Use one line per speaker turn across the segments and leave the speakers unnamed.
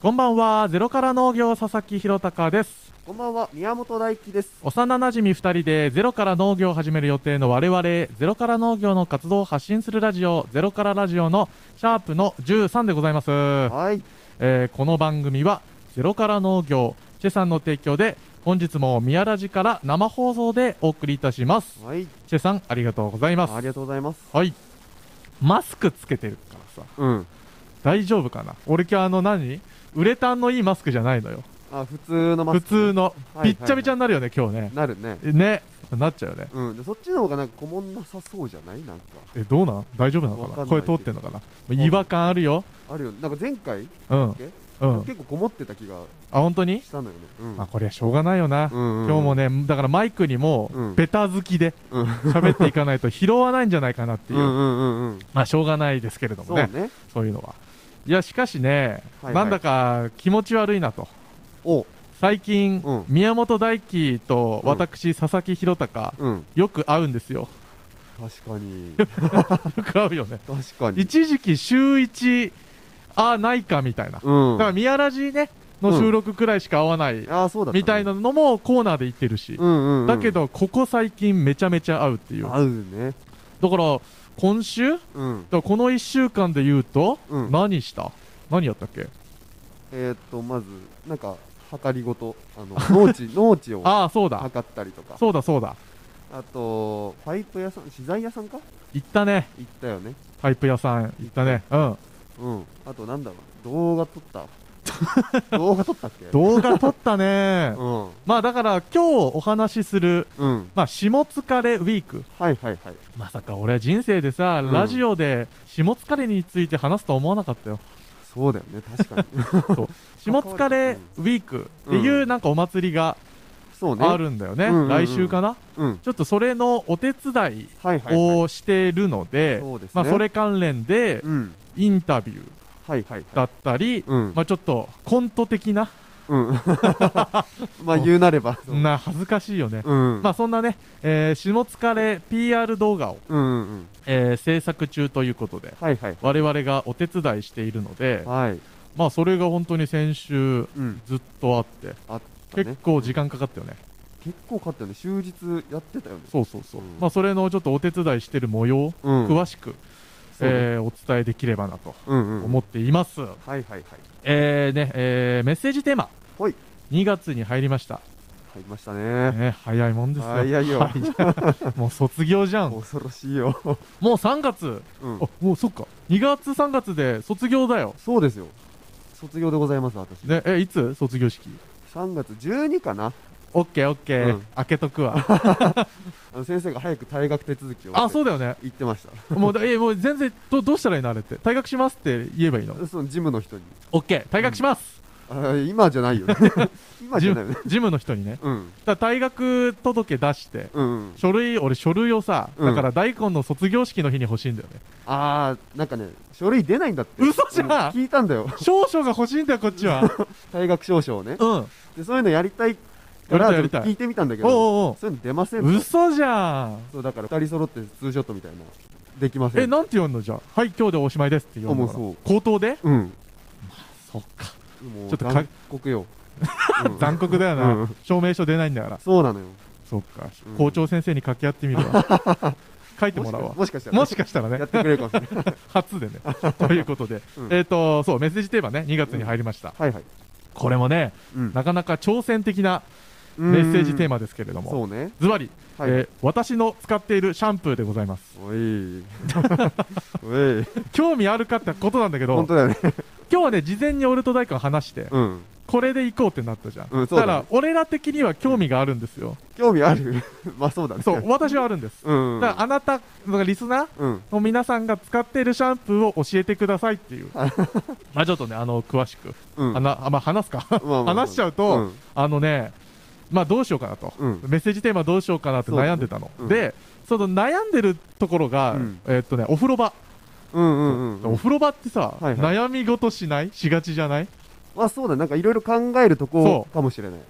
こんばんは、ゼロから農業佐々木弘隆です。
こんばんは、宮本大輝です。
幼馴染二人でゼロから農業を始める予定の我々、ゼロから農業の活動を発信するラジオ、ゼロからラジオのシャープの13でございます。
はい、
えーこの番組は、ゼロから農業、チェさんの提供で、本日も宮ラジから生放送でお送りいたします。
はい、
チェさん、ありがとうございます
あ。りがとうございます。
はい。マスクつけてるからさ、
うん。
大丈夫かな俺今日あの何ウレタンのいいマスクじゃないのよ。
あ、普通のマ
普
スク。
通の
は。い
びっちゃびちゃになるよね、今日ね。
なるね。
ね。なっちゃうよね。
うん。でそっちの方がなんか顧問なさそうじゃないなんか。
え、どうなん大丈夫なの
わ
か
か
なん
ない
声通ってんのかな違和感あるよ。
あるよ。なんか前
う
回、
ん。
え
うん。
結構こもってた気が
あ、本当に
したのよね。うん。
あ、これはしょうがないよな。
うん、
今日も。ね、だからマイクにも
うん、
ベタ好きで
うん。
喋っていかないと拾わないんじゃないかなって
う
い
んう
う。
んうんうん。
まあ、しょうがないですけれど
そ
も
う
ね。
ね。
そういうのは。いや、しかしね、
はいはい
なんだか気持ち悪いなと。
お、
最近、
うん
宮本大輝と
うん
私、佐々木弘隆、
うん。
よく会うんですよ。
確か に。
よく会うよね。
確かに。
一時期週一、ああ、ないかみたいな。だ
うん。
から、宮ラジね、の収録くらいしか会わない、
あー、そうだったね
みたいな。のもコーナーで言ってるし。
うんうん、うん。
だけ、ど、ここ最近めちゃめちゃ会うっていう。だか
合うね。
ら、今週だか
うん。
らこの一週間で言うと、
うん
何した何やったっけ
えー、っと、まず、なんか、測りごと、あの、農 地、農地を
ああ、そうだ。
測ったりとか。
そうだ、そうだ。
あと、パイプ屋さん、資材屋さんか
行ったね。
行ったよね。
パイプ屋さん行ったね。うん。
うん。あと、なんだろう、動画撮った。 動画撮ったっけ
動画撮ったね。
うん。
まあだから今日お話しする、
うん。
まあ下疲れウィーク。
はいはいはい。
まさか俺は人生でさ、
うん
ラジオで下疲れについて話すとは思わなかったよ。
そうだよね、確かに。
下疲れウィークっていうなんかお祭りが
そうね。
あ。るんだよね。
うんうんうん
来週かな
うん。
ちょっとそれのお手伝い
はいはい、はい。
をしてるので、
そうですね。
まあそ。れ関連で
うん。
インタビュー
はいはいは
だ
い。
ったり、
うん。
まあちょっとコント的な、
うん。 まあ、言うな れば。そう
な恥ずかしいよね。
うん。
まあそんなね、えー、下疲れ PR 動画を、
うんうんうん。
えー制作中ということで、
はいはい。
我々がお手伝いしているので、
はい。
まあそれが本当に先週
うん。
ずっとあって、
あったね
結。構時間かかったよね。
結構買ったよね。終日やってたよね。
そうそうそう。
うん
まあそれのちょっとお手伝いしてる模様、
う。うん。
詳しく、
そうね
えーお伝えできればなと
うんうん。
思っています。
はいはいはい。
えーね、えーメッセージテーマ。
はい
2月に入りました。
入りましたね。
ね、早いもんですよ。
早いよ。
もう卒業じゃん。も
恐ろしいよ。
う3月。
うん
あ、もうそっか。2月3月で卒業だよ。
そうですよ。卒業でございます、私。
ね、え、いつ卒業式
3月12かな。
オッケーオッケー。
うん
開けとくわ。
あの先生が早く退学手続きを。。
あ、そううだよね。
言ってました。
もうだ、 え、もう全然、ど、どうしたらいいのあれって。退学しますって言えばいいの
そのジムの人に。
オッケー。退学します。
あ今じゃないよ ね。今じ
ジ
ゃないよね
ム。、 ジムの人にね。
うん。
だから退学届出して、
うんうん。
書類、俺書類をさ、
うん
だから大根の卒業式の日に欲しいんだよね。
あー、なんかね、書類出ないんだって。
嘘じゃん
う聞いたんだよ。
少々が欲しいんだよ、こっちは。
退学証書をね。
うん。
で、そういうのやりたいか
やりた
ら、
いやりたい
聞いてみたんだけど、
おうおう
そういうの出ません
おう。
と。
嘘じゃん。
そう、だから二人揃ってツーショットみたいな。できません。
え、なんて読んのじゃあ。はい、今日でおしまいですって読むのかな
あもう
口頭で
うん。
そっか。
もう、
ちょっとか
残酷よ。うん
残酷だよな、
うん
証明書出ないんだから
そうなのよ。
そっか、
うん
校長先生に掛け合ってみるわ 書いてもらうわ
もしかしたら。
もしかしたら
や
ね
ってくれるかもし れない。
初でねということで、
うん
えっ、とそうメッセージテーマね2月に入りました、
はいはい。
これもね
うん
なかなか挑戦的なメッセージテーマですけれど
そ
も
うね。
ズバリ
はい。
えー私の使っているシャンプーでございます
おい。おい。
興味あるかってことなんだけ
本
ど
当だよね。
今日はね事前に俺と大根話して、
うん。
これで行こうってなったじゃん、
うんそう
だか
だ
ら
ね
俺ら的には興味があるんですよ、
興味ある まあそうだね。
そう。私はあるんです
うん。
だからあなた、リスナー
うん。
の皆さんが使っているシャンプーを教えてくださいっ ていう。まあちょっとね、あの、詳しく。
うん。
あな、あまあ話すか。
まあまあ
話しちゃうと、
うん
あのね、まあどうしようかなと。
うん
メッセージテーマどうしようかなって
そうだね
悩んでたの。
うん
で、その悩んでるところが、
うん
えっとね、お風呂場。
うんうんうん。
お風呂場ってさ、
はいは
悩み事しないしがちじゃない
まあそうだね。なんかいろいろ考えると
そ
こ
う
かもしれない。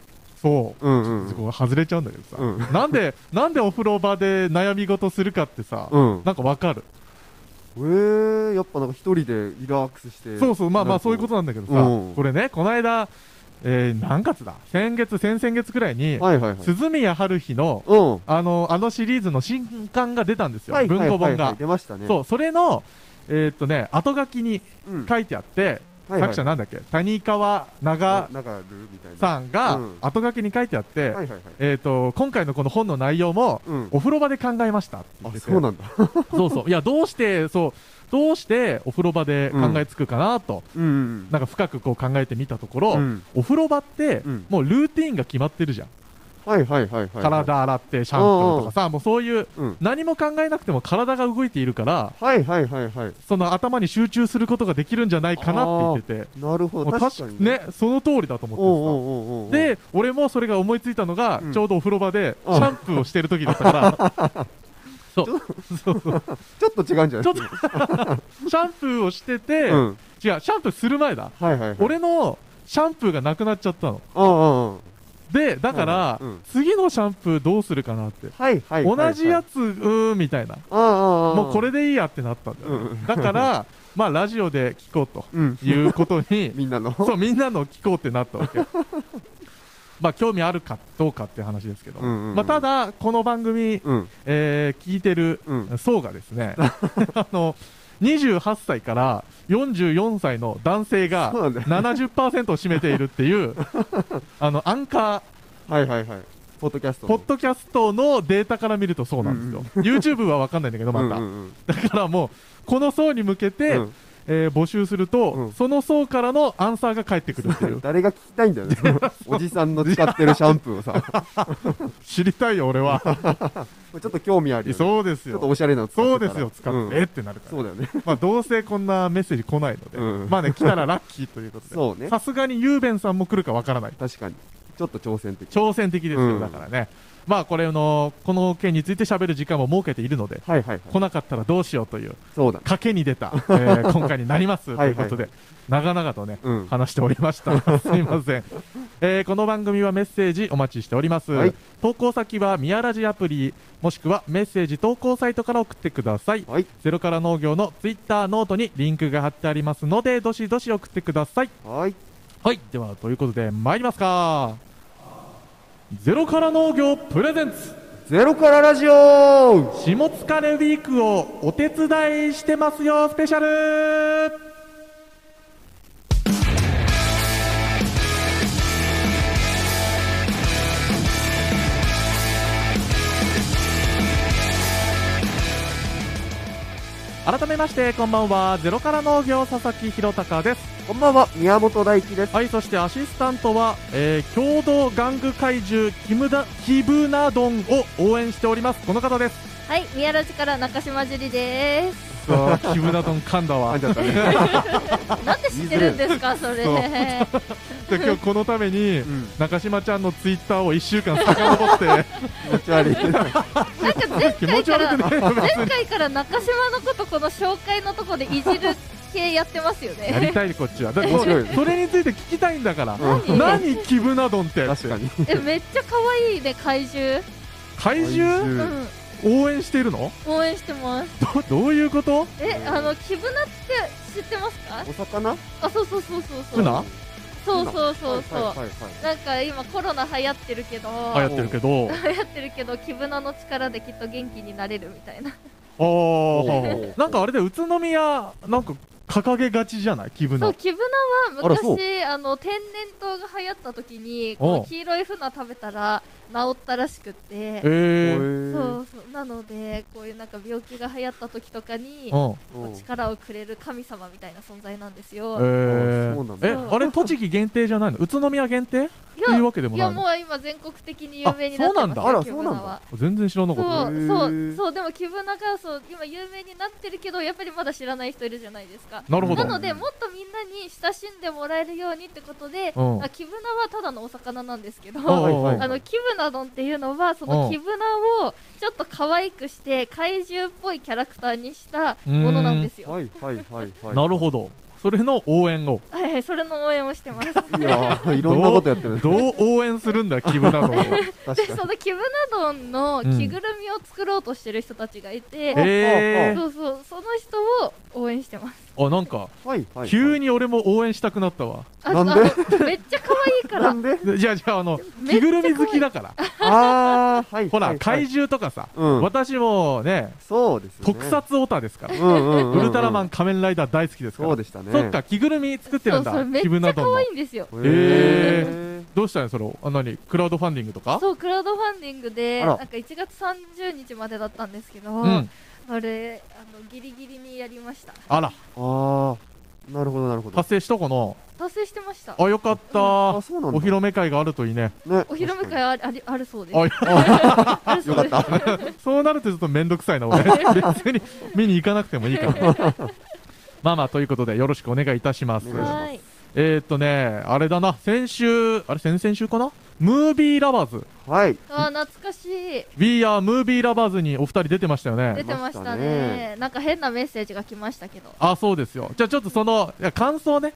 そう。
うん
ち
う
ょっ
ん
とそこ外れちゃうんだけどさ、
うん
なんで、なんでお風呂場で悩み事するかってさ、
うん。うん。
なんかわかる。
えー、やっぱなんか一人でリラックスして。
そうそう、まあま
な
あ
んか
そういうことなんだけどさ、
うん
これね、この間、えー何月だ先月、先々月くらいに、
はいはいはい。
鈴宮春日の、
うん。は
あの、あのシリーズの新刊が出たんです
い
よ。
はいはい
文庫
は
本
い
が。
出ましたね。
そう、それの、えーっとね、後書きに
うん。
書いてあって、
はいはい
作者なんだっけ谷川長
ななんかルーみたいな。
さんが
うん
後書きに書いてあって、
はいはいはい。
えーっと、今回のこの本の内容も、
うん。
お風呂場で考えましたって言っ
あ、
てて
そうなんだ。
そうそう。いや、どうして、そう、どうしてお風呂場で考えつくかなと、
うんうん。
なんか深くこう考えてみたところ、
うん
お風呂場って、
うん
もうルーティンが決まってるじゃん。
はいはいはいはい。。
体洗って、シャンプーとかさ、もうそういう、
うん。
何も考えなくても体が動いているから、
はいはいはいはい。
その頭に集中することができるんじゃないかなって言ってて、
なるほ
も
ど。
う
確かに。
ね、その通りだと思って
おう
さ。
おうおうおうおう。
で、俺もそれが思いついたのが、
うん
ちょうどお風呂場で、シ
うん
ャンプーをしてる時だったから、 そう、そうそう、
ちょっと違うんじゃない
ちょっと、 シャンプーをしてて、
う
違
ん。
う、シャンプーする前だ。
はいはいはい。
俺のシャンプーがなくなっちゃったの。
うんうんうん。
で、だから、
うんうん
次のシャンプーどうするかなって。
はいはいはい。
同じや
つ。
つ、うーん、みたいな。
うんうんうん。
もうこれ。でいいやってなったんだよね、
うんうん
だから、まあ、ラジオで聞こうと
うん。
いうこと に、
みんなの。
そう、みんなの聞こうってなったわけ。 まあ、興味あるかどうかって話ですけど。
うんうんうん
まあ、ただ、この番組、
うん。
えー聞いてる
うん。
層がですね、 あの、28歳から44歳の男性が
そうなんだよ
70%を占めているっていう、 あの、アンカー、
はいはいはい。ポッドキャスト
ポ
の。
ッドキャストのデータから見るとそうなんですよ。YouTube はわかんないんだけど、また。
うんうんうん
だからもう、この層に向けて、
うん
えー募集すると、
うん。
その層からのアンサーが返ってくるっていう
誰が聞きたいんだよね。その おじさんの使ってるシャンプーをさ。
知りたいよ、俺は。
ちょっと興味あるよね。
そうです
ちょ
よ
っと。おしゃれなの使って
そ
た
う
ら
ですよ、使
うん
って、えってなるから。
そうだよね。
まあ、どうせこんなメッセージ来ないので、
うん
まあね、来たらラッキーということで。
そうね。
さすがにゆうべんさんも来るかわからない。
確かに。ちょっと挑戦的。
挑戦的ですよ、
うん
だからね。まあ、これの、この件について喋る時間も設けているので、
はいはいは
来
い。
なかったらどうしようという、
そうだね。
賭けに出た、えー今回になります。と
はいいう
ことで、長々とね、
うん。
話しておりま した。すいません。えーこの番組はメッセージお待ちしております。
はい
投稿先はミヤラジアプリ、もしくはメッセージ投稿サイトから送ってください。
はい。
ゼロから農業のツイッターノートにリンクが貼ってありますので、どしどし送ってください。
はい。
はい、ではということで参りますか。ゼロから農業プレゼンツ
ゼロからラジオ
下疲れウィークをお手伝いしてますよスペシャル改めましてこんばんはゼロから農業佐々木弘隆です
こんばんは、宮本大輝です。
はい、そしてアシスタントは、えー、共同玩具怪獣キムダキブナドンを応援しております。この方です。
はい、宮ラジから中島樹里です。
キブナドン噛んだ
あ
わ。で
んじゃったね。
なんで知ってるんですか、それ。
そう
は
今日このために、
うん。
中島ちゃんのツイッターを1週間遡 って、
気持ち悪 い。
気持ち悪くないよ別
前回から中島のこと、この紹介のとこでいじる系やってますよ
にやり
ね。
たい、こっちは。だ
面白いね
それについて聞きたいんだから。
うん
何キブナドンって
確かに。
え、めっちゃ可愛いね、怪獣。
怪獣
う
う
ん
ん、
応援しているの
応援してます。
ど どういうこと
え、あの、キブナって知ってますか
お魚
あ、そうそうそうそうそ
ブ
う。
ナ
そうそうそう
はい
そ
はいはいは
う。なんか今コロナ流行ってるけど、
流行ってるけど。
流行ってるけど、キブナの力できっと元気になれるみたいな。
あ
お
ー
ー
なんかあれで宇都宮、なんか掲げがちじゃないキブナ
そう、。キブナは
あらそう
昔あの天然痘が流行った時にこ
お
の
う
黄色いフナ食べたら治ったらしくて
え
い。
ー。
そうそうなのでこういうなんか病気が流行った時とかに
うん
おー
力をくれる神様みたいな存在なんです
え
よ、
ー、
そうなんだ
えあれ栃木限定じゃないの宇都宮限定
い
という
や
わけでも
い
な
や
い
も
の
う今全国的に有名にな
あ
そ
ってます
うなんだあら
キブナは
全然知らなかっ
へ
そう
ー
そうそうでもキブナがそう今有名になってるけどやっぱりまだ知らない人いるじゃないですか
たなるほど
なのでもっとみんなに親しんでもらえるようにってことで、
うん
あキブナはただのお魚なんですけど、
うん
はいはい
あのキブナ丼っていうのはそ
う
の
ん
キブナをちょっと可愛くして怪獣っぽいキャラクターにした
うん
ものなんですよ。
はいはいはいはい。
なるほどそれの応援 を
はいはい、それの応援をしてます。 で、
いやーいろんなことやってる
どう応援するんだキムな どを
確かに
そのキムナドンの着ぐるみを作ろうとしてる人たちがいて、
え
そうそう、その人を応援してます。
ー、あなんか
はいはい
急に俺も応援したくなったわ
あ
なんで
あのめっちゃ可愛 いか
な
ら。
んで
でじゃあじゃああの
め
着
っち
ぐ
ゃ可愛
る
い
み好きだから
ああはい
ほら、
はいはい
怪獣とかさ、
うん
私もね
そうですね
特撮オタですから、
うんうんう
ウ
ん
ルトラマ
ン
ン仮面ライダー大好きですから
そうでしたね
そっか着ぐるみ作ってるんだ
そうそうめっ
キム
ち
ナ
ゃ
ドンの
可愛いんですよ。
へ
へ
ー
どうしたんやそれあ何クラウドファンディングとか
そうクラウドファンディングで
あ
な
ら
んか1月30日までだったんですけど、
うん
あれあのギリギリにやりました
あら
ああなるほどなるほど
達成したかな
達成してました
あよかった、
あそうなんだ
お披露目会があるといいね
ね
お披露目会ありありあるそうです
あ
あるそう
よか
で
っ
す
た
そうなるとちょっと面倒くさい な俺別に見に行かなくてもいいからまあまあということでよろしくお願いいたします
お願いします
はい
えー、っとねあれだな先週あれ先々週かなムービーラバーズ
はい
あー懐かしい
We are ムービーラバーズにお二人出てましたよね
出てましたね
出ました
なんか変なメッセージが来ましたけど
あそうですよじゃあちょっとそのいや感想ね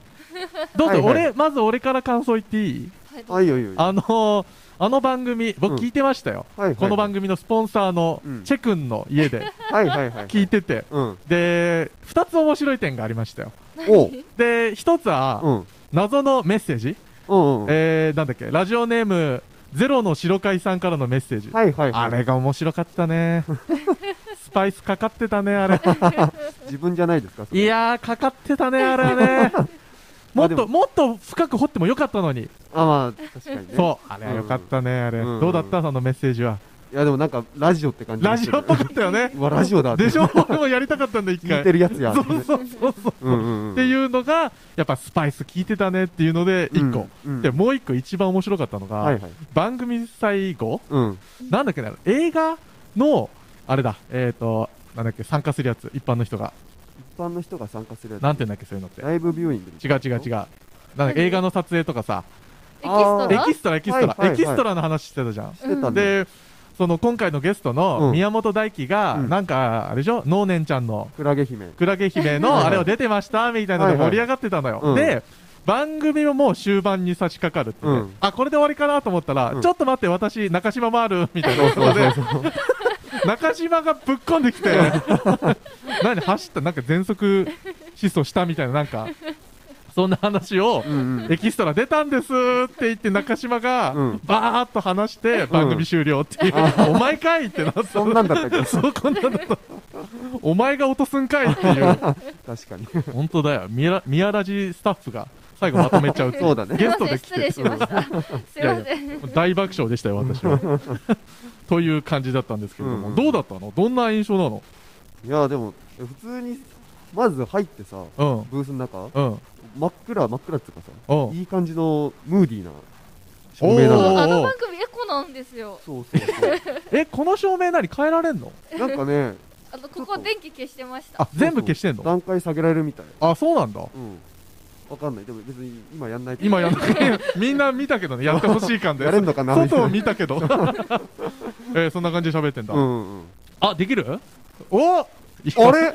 どうぞ
はいはい
俺、まず俺から感想言っていい
はいどう
はいよいよいよ
あのーあの番組僕
うん
聞いてましたよ、
はいはい
この番組のスポンサーの
うん
チェ君の家で
はいはいはい
聞いてて、
うん
で2つ面白い点がありましたよ
おう
で1つは、
うん
謎のメッセージ、
うんうん
えー、なんだっけラジオネームゼロの白貝さんからのメッセージ、
はいはいはい
あれが面白かった ねスパイスかかってたねあれ
自分じゃないですかそれ
いやーかかってたねあれはねもっ
まあで
と
も
もっと深く掘ってもよかったのに、
あまあ確かにね
そうあれはよかったね、あれ、
うん
どうだったそのメッセージは、
いやでもなんかラジオって感じ
ラジオっぽかったよね
うわラジオだ
でしょ俺もやりたかったんだ一
聞
回
いてるやつや
そうそうそうそう
うんうんうん
っていうのがやっぱスパイス効いてたねっていうので一個、
うんうん
でもう一個一番面白かったのが、
はいはい
番組最後
うん
なんだっけな映画のあれだえっ、ー、となんだっけ参加するやつ一般の人が
一般の人が参加するやつ
なんていうんだっけそういうのって
ライブビューイングみたい
違
な
う違う違うなんだっけ映画の撮影とかさ
エキスト
エ
ラ
キストラエキストラ、
はいはいはい
エキストラの話してたじゃん、
してたね
でその今回のゲスト
う
の
ん
宮本大輝が、
うん
なんかあれでしょ能年ちゃんの
クラゲ姫
クラゲ姫の
はい
あれを出てましたみたいなので盛り上がってたのよ、
はいはいうん
で番組ももう終盤に差し掛かるっていうね、
うん
あこれで終わりかなと思ったら、
うん
ちょっと待って私中島もあるみたいな
そうそうそうそう
中島がぶっこんできて 何走ったなんか全速疾走したみたいななんかそんな話を、
うんうん
エキストラ出たんですって言って中島が
うん
バーッと話して番組終了っていう、お前かいってなった
そんなんだったっけ
そうこんなんだったお前が落とすんかいっていう
確かに
本当だよ宮ラ宮ラジスタッフが最後まとめちゃうってい
そうだね
ゲストで来
すいませ
て
ん失礼しましたすいません
大爆笑でしたよ私 はという感じだったんですけれども、
うん
どうだったのどんな印象なの
いやでもえ普通にまず入ってさ
うん
ブースの中
うん
真っ暗真っ暗っつうかさ
うん
いい感じのムーディーな照明な
おー
の
あの番組エコなんですよ
そうそうそ
えこの照明何変えられんの
うなんかね
あのここ電気消してました
あ全部消してんの
段階下げられるみたい
あそうなんだ
うんわかんないでも別に今やんないと
今やんなみんな見たけどねやってほしい感で
やれんのかな
外を見たけ どえーそんな感じで喋ってんだ、
うんうんうん
あできる お
あれ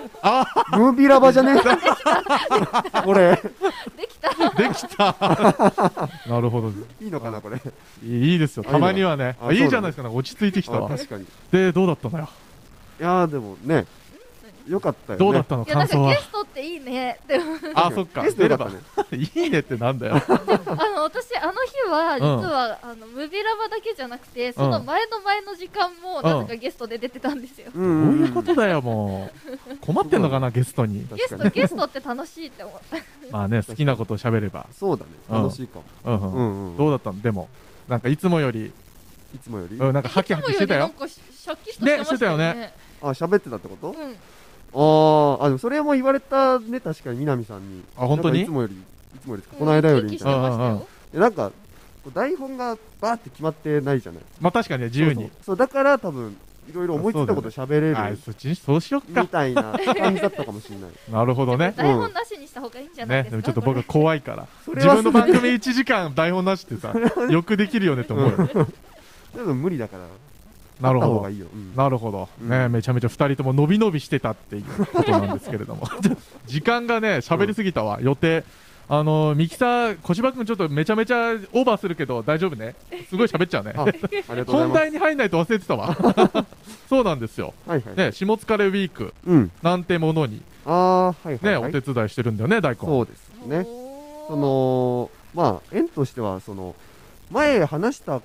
ムービーラバじゃ ねえこれ
できた
でき たなるほど
いいのかなこれ
いいですよたまにはね
あ
あい
そう
い
だ
じゃないですかなんか落ち着いてきた
あ
わ
確かにい
でどうだったのよ
やーでもねよかったよね
どうだったの
いやなん
感想は
かゲストっていいね でも
あそっか
ゲスト
出
よか
れ
った
ば
ね
いいねってなんだよ
あの私あの日は実は、あのムビラバだけじゃなくてその前の前の時間もなぜかゲストで出てたんですよ、
う
どうん
んん
いうことだよもう困ってんのかなゲストに
ゲ
確
ス
か
ト
に
ゲストって楽しいって思った
まあね好きなことを喋れば
そうだね
うん
楽しいかも
うん
う
うん
んうん
どうだったのでもなんかいつもより
いつもより
うんなんかハキハキしてたよ
いつもよりなんかシャキッとしてましたよね
あ喋ってたってこと
うん
あーあでもそれも言われたね確かに南さんに
あ本当に
なんかいつもよりいつもよりこの間より
生
み
き生きして
たいな
ました
うんうんうん
よ
でなんかこう台本がバーって決まってないじゃない
まあ確かにね自由
そ
に
うそうそうだから多分いろいろ思いついたこと喋れる
あそっちにそうしよっ
み
か
たいな感じだったかもしれない
なるほどね
台本なしにした方がいいんじゃない
ねで
ですか、
もちょっと
こ
僕
れ
怖いから
それ
自
は
分の番組1時間台本なしってさよくできるよねって思うよ
でも無理だから
なるほど
あった方がいいよ、うん
なるほど、
うん
ね、めちゃめちゃ2人とも伸び伸びしてたっていうことなんですけれど もちょ時間がね喋りすぎたわ、予定あのミキサー小芝君ちょっとめちゃめちゃオーバーするけど大丈夫ねすごい喋っちゃうね
あありがとうござい
本
ます
題に入んないと忘れてたわ そうなんですよ、
はいはい、
ね、下疲れウィーク
うん
なんてものに
ああはいはい、
ね、
はい
お手伝いしてるんだよね大根
そうですねそのまあ縁としてはその前話した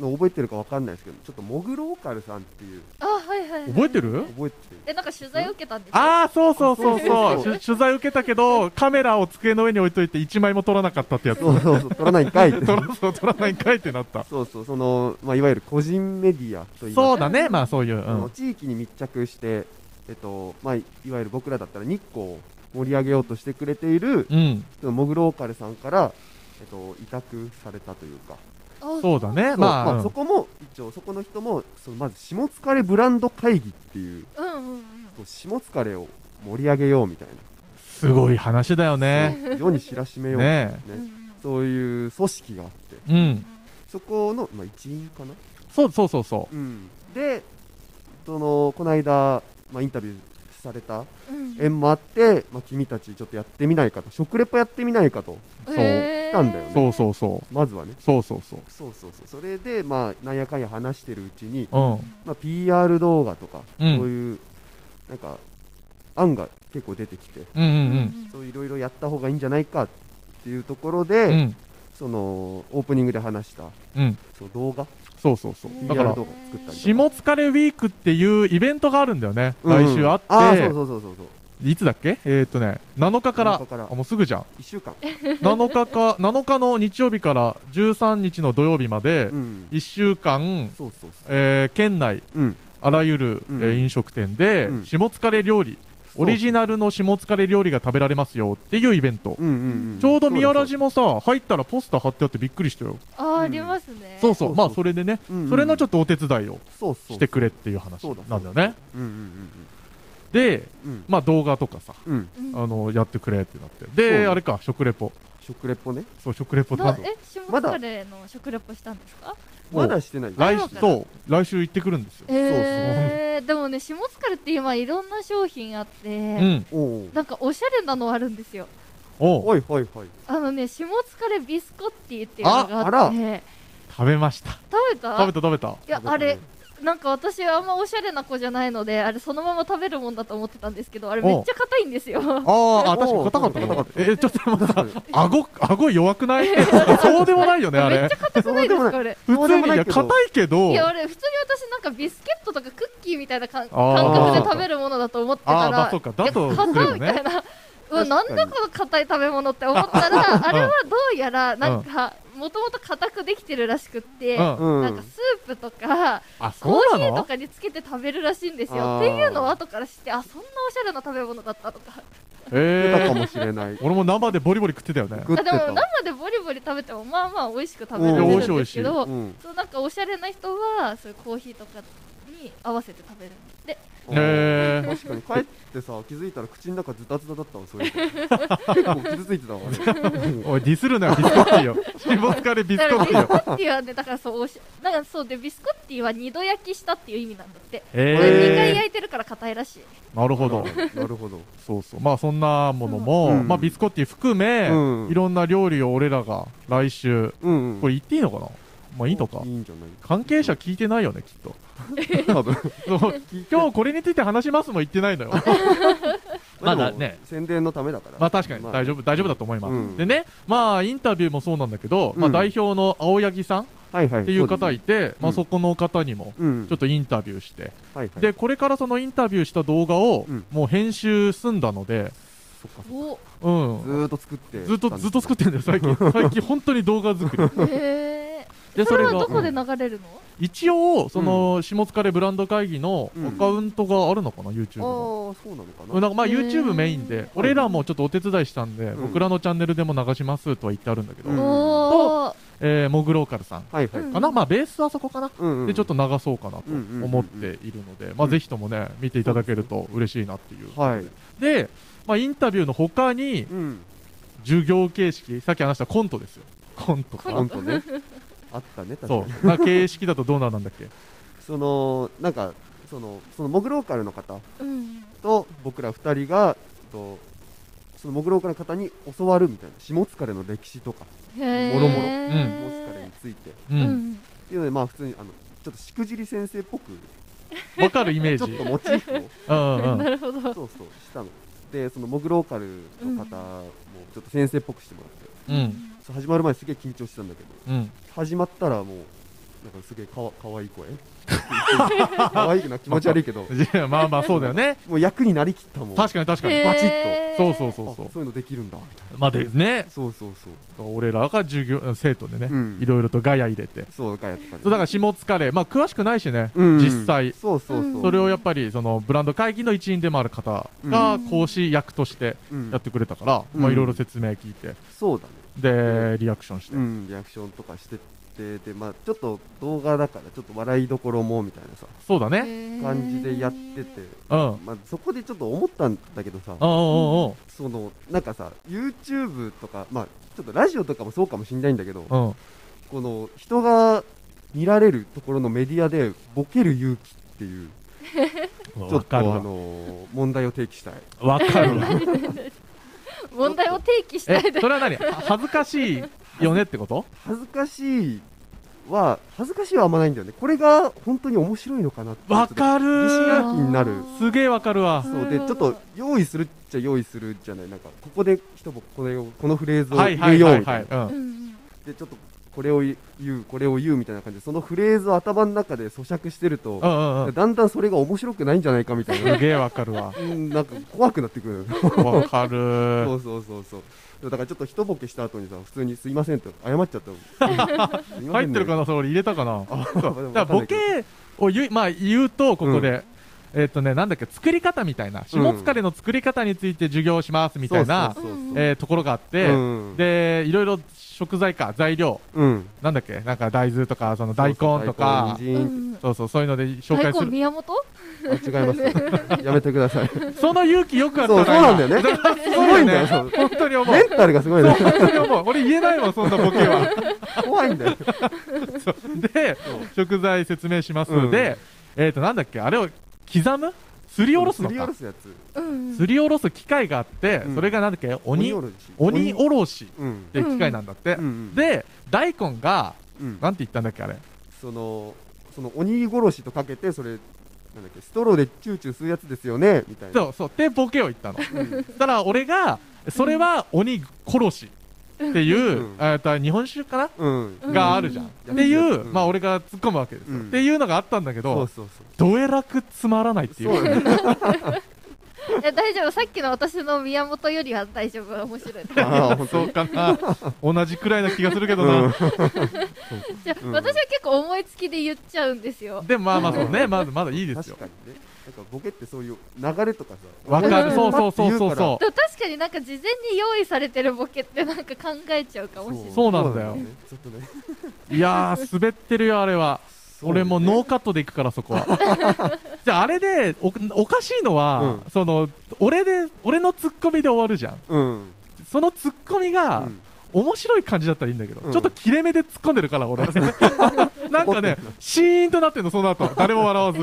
の覚えてるかわかんないですけどちょっとモグローカルさんっていう
あはいはいはい
覚えてる
覚えてる
えなんか取材受けたんですよ
ああそうそうそう
そ
そ
うそううそう
取取材受けたけどカメラを机の上に置いといて1枚も撮らなかったってやつ
そうそうそう取らないんかいっ て
撮らそう撮らないんかいってなった
そうそうその、まあ、いわゆる個人メディアといいます
そうだねまあそういう、う
その
ん、
地域に密着して、えっとまあ、いいわゆる僕らだったら日光を盛り上げようとしてくれている
うん、
そのモグローカルさんから、えっと、委託されたというか、
あ
そうだね
そう
まあ、
まあそこも一応そこの人もそのまず下疲れブランド会議っていう
うんうんうん
こう下疲れを盛り上げようみたい
すごい話だよ
な、
ね
世に知らしめようみたい
ね
なね
うんうん
そういう組織があって
うん
そこの、まあ、一員かな
そうそうそうそ
うん、でそのこの間、まあ、インタビューされた
うん
縁もあって、まあ、君たちちょっとやってみないかと食レポやってみないかと
そう
へー
来たんだよ
う
ね
そうそうそう
まずはね
そうそうそ
そうそうそうそれでまあなんやかんや話してるうちに、
ううん
まあ、PR 動画とか、
うん
そういうなんか案が結構出てきて
うんう
うんん
そういろいろやった方がいいんじゃないかっていうところ
う
で、
んうん
そのオープニングで話した
うん
その動画
そうそうそうだから
どう作ったり
下疲れウィークっていうイベントがあるんだよね、来週あって
ああそうそうそうそうそう
いつだっけえーっとね7日から
7日から
あもうすぐじゃん
1週間、
7日か7日の日曜日から13日の土曜日まで
うん、
1週間、
そうそうそ
えー県内
う、うん、
あらゆる、
うん
えー飲食店で、
うん
下疲れ料理オリジナルの下疲れ料理が食べられますよっていうイベント、
うんうんうん、
ちょうど宮良
そ
島さ入ったらポスター貼ってあってびっくりしたよ、
あーありますね
そうそう
そうそう
まあそれでね、
うんうん
それのちょっとお手伝いを
そうそう
してくれっていう話
そうだ
なんだよね
うんうん
で
うんうん
まあ動画とかさ
うんうん
うん
あのやってくれってなって
そう
で
だ
あれか食レポ
食レポね
そう食レポ
な
だ
え下
まだ
疲れの食レポしたんですか
もう
まだしてない
来
そう
週
だ
そう来週行ってくるんですよ、
えーでもね下疲れって今いろんな商品あって、
うん
おお
なんかおしゃれなのあるんですよ
おう
はいはいはい
あのね下疲れビスコッティっていうのがあって
食べました
食べた
食べた食べた
いやあれなんか私あんまおしゃれな子じゃないのであれそのまま食べるもんだと思ってたんですけどあれめっちゃ硬いんですよ
あーあ確かに硬かった
おう
硬かった
硬かった
えちょっと待って
そうだね
顎、顎弱くない そうでもないよね、あ
め
れ
っちゃ。硬くないですかあれ
普
そ
通
うで
に、
も
い
ない
や、
けど
硬いけど
い、やあれ普通に私なんかビスケットとかクッキーみたいな感
あー
感覚で食べるものだと思ってた
ああ、
ら
だそうか、だと、
硬いみた
ね
い。な、うわなんだこの硬い食べ物って思ったらあれはどうやらなんかもともと硬くできてるらしくって、
うん
うん
なんかスープとか
あ、
コ
そう
ーヒ
な
ーと
の
かにつけて食べるらしいんですよ
あー
っていうのを後からしてあそんなおしゃれな食べ物だったと
出
か
たか
ええ。
もしれない
俺も生でボリボリ食ってたよね。
食って
あでも生
た
でボリボリ食べてもまあまあ美味しく食べられるんですけど、
うん
そうなんかおしゃれな人はそういうコーヒーとかに合わせて食べるんですで
へー
確かに帰ってさ気づいたら口の中ズタズタだったわそれ結構傷ついてたわあれうん
おい、ディスるなよ、ビスコッティよ。シボスカレビス
だか
コ
ら
ッ
ビ
テ
ス
ィよ。
コッティはねだからそうおしなんかそうでビスコッティは二度焼きしたっていう意味なんだって、
へー
これ2回
え
焼いてるから硬いらしい
え。なるほど。
なるほど
そうそう。まあ、そんなもの
う
も、
ん
まあ、ビスコッティ含め
う、ん
いろんな料理を俺らが来週、
うん
こ
れ
れ言っていいのかなまあ、いいのか
い。いんじゃない
関係者聞いてないよね、きっと。
多 分
そう今日これについて話しますも言ってないのよ。まだね
でも宣伝のためだから
まあ確かに
まあ
大丈夫、大丈夫だと思います。
うん
でね、まあインタビューもそうなんだけど、
うん
まあ代表の青柳さんっ
はいはい
ていう方いて、まあ
うん
そこの方にも
うん
ちょっとインタビューして、
はいはい
で、これからそのインタビューした動画を
うん
もう編集済んだので、
そっか
お
うん。
ずーっと作って
ずっと、ずっと作
っ
ってるんだよ、最近。 最近本当に動画作り。
へ
で、
えそ
それ
れは
が
ど、こで流れるの、
一応、その、下疲れブランド会議のアカウントがあるのかな、YouTube
ああ
の。
ーそうなのか
うん
な
なんかまあ
へー
YouTube メインで、俺らもちょっとお手伝いしたんで、
うん
僕らのチャンネルでも流しますとは言ってあるんだけど、
うん
おー
えー、モグローカルさん
はいはい
かな、まあベースはそこかな、
うんうん
でちょっと流そうかなと
うんうんうんうん
思っているので、まあぜひともね、見ていただけると嬉しいなっていう。
はい
で、まあインタビューの他に、
うん
授業形式、さっき話したコントですよ。コント
コ
ほ
か
ン。
んとねあったね確か
そ
に
う。な形式だとどうなんだっけ
そのなんかそのそのモグローカルの方
うん
と僕ら2人がとそのモグローカルの方に教わるみたいな下疲れの歴史とか
へえ
もろもろ
う
下疲れについてっ
う
うんん
ていうのでまあ普通にあのちょっとしくじり先生っぽく
わかるイメー
ちょっ
ジ
とモチーフを
うんうん
なるほど
そうそうしたのでそのモグローカルの方もちょっと先生っぽくしてもらって、
うん
そう始まる前すげえ緊張してたんだけど
うん
始まったらもうなんかすげえかわかわいい声 かわいいな気持ち悪いけど
いやまあまあそうだよね
もう役になりきったもん
確かに確かに
へバチッと
へー
そうそうそ
そう
うそう
そういうのできるんだみたい
まあでね
なそうそうそう
俺らが授業生徒でね
うん
いろいろとガヤ入れて
そうガヤとかね
そうだから下疲れまあ詳しくないしね
うん
実際
そうそうそう、
うん
それをやっぱりそのブランド会議の一員でもある方
う
が
ん
講師役として
うん
やってくれたから、
うん
まあいろいろ説明聞いて
そうだね
でリアクションして、
うんリアクションとかしてってでまあちょっと動画だからちょっと笑いどころもみたいなさ
そうだね
感じでやってて
うんうん
まあそこでちょっと思ったんだけど
う
さ
んうん
そのなんかさ YouTube とかまあちょっとラジオとかもそうかもしんないんだけど、
うんうん
この人が見られるところのメディアでボケる勇気っていうちょ
わ
っと
か
あ
るわ
の問題を提起したい
わかるわ
問題を提起した
え
いで
それは何恥ずかしいよねってこと
恥ずかしいは恥ずかしいはあんまないんだよねこれが本当に面白いのかなって
わ
る
かる
自
ー
信が気になる
すげえわかるわ
そうでちょっと用意するっちゃ用意するじゃないなんかここで一言これをこのフレーズを
はい
入
は
れ
い
よ
はい
う
は
みた
い
いな
う
うんん
でちょっとこれを言うこれを言うみたいな感じでそのフレーズを頭の中で咀嚼してる
う
と
んうんうん
だんだんそれが面白くないんじゃないかみたい な
すげえわかるわ
うんなんか怖くなってくる
わかる
そ
ー
うそうそうそう。だからちょっと一ボケした後にさ、普通にすいませんって謝っちゃったもん。すいま
入
せん
っ
ね
てるかなそれ俺入れたかな
あ
だからボケを言う,、まあ、言うとここで、えっ、とねなんだっけ作り方みたいな下疲れの作り方について授業しますみたいな、
そうそうそう
えーところがあって、
うん
でいろいろ食材か材料
うん。
なんだっけなんか大豆とかその大根とか
そうそ
う
う大根
ん
そうそうそういうので紹介
大根
する
宮本
人参あ違います。 やめてください。そう
その勇気よくあった
そうなんだよね。
す
すごいんだよ。そう
本当に思う
メンタルがすごいね。
本当に思う俺言えないわそんなボケは
怖いん だよ。
で食材説明しますので、えっ、となんだっけあれを刻むすりおろすの
すりお
か
ろすやつ。
うん
すりおろす機械があって、
うん
それがなんだっけ鬼
お
鬼
ろし。
おろしっ
うん。
ていう機械なんだって、
うん、
で大根が
うん、
なんて言ったんだっけあれ
その、その鬼殺しとかけて、それ、なんだっけ、ストローでチューチュー吸うやつですよね、みたいな。
そうそうでボケを言ったの
うん。うん。
だから俺がそれは鬼殺しっていううんえっと日本酒かな、
うん。
う ん
があるじゃん、
うん
っていう、
うん
まあ俺が突っ込むわけですよ、
うん
っていうのがあったんだけ
そ
ど
うそうそう。
どえらくつまらないってい
そう
う
だね。
いや大丈夫さっきの私の宮本よりは大丈夫面白い
ああ、本当
そうか な同じくらいな気がするけど
う
な、
ん
じゃあ
うん
私は結構思いつきで言っちゃうんですよ
でもまあまあそうねまだまだいいですよ
確かにねなんかボケってそういう流れとかさ
わかる
うん
そうそうそうそうそう
でも確かになんか事前に用意されてるボケってなんか考えちゃうかもしれない
そうなんだよ
ねちょっとね
いやー、滑ってるよ、あれは。俺もノーカットでいくから、そこは。 じゃあ、あれでお、おかしいのは、
う
その、俺で、俺のツッコミで終わるじゃん。
うん
そのツッコミが、
うん
面白い感じだったらいいんだけど、
うん
ちょっと切れ目で突っ込んでるから、 俺。なんかね、シーンとなってんの、その後。誰も笑わ ず。
そ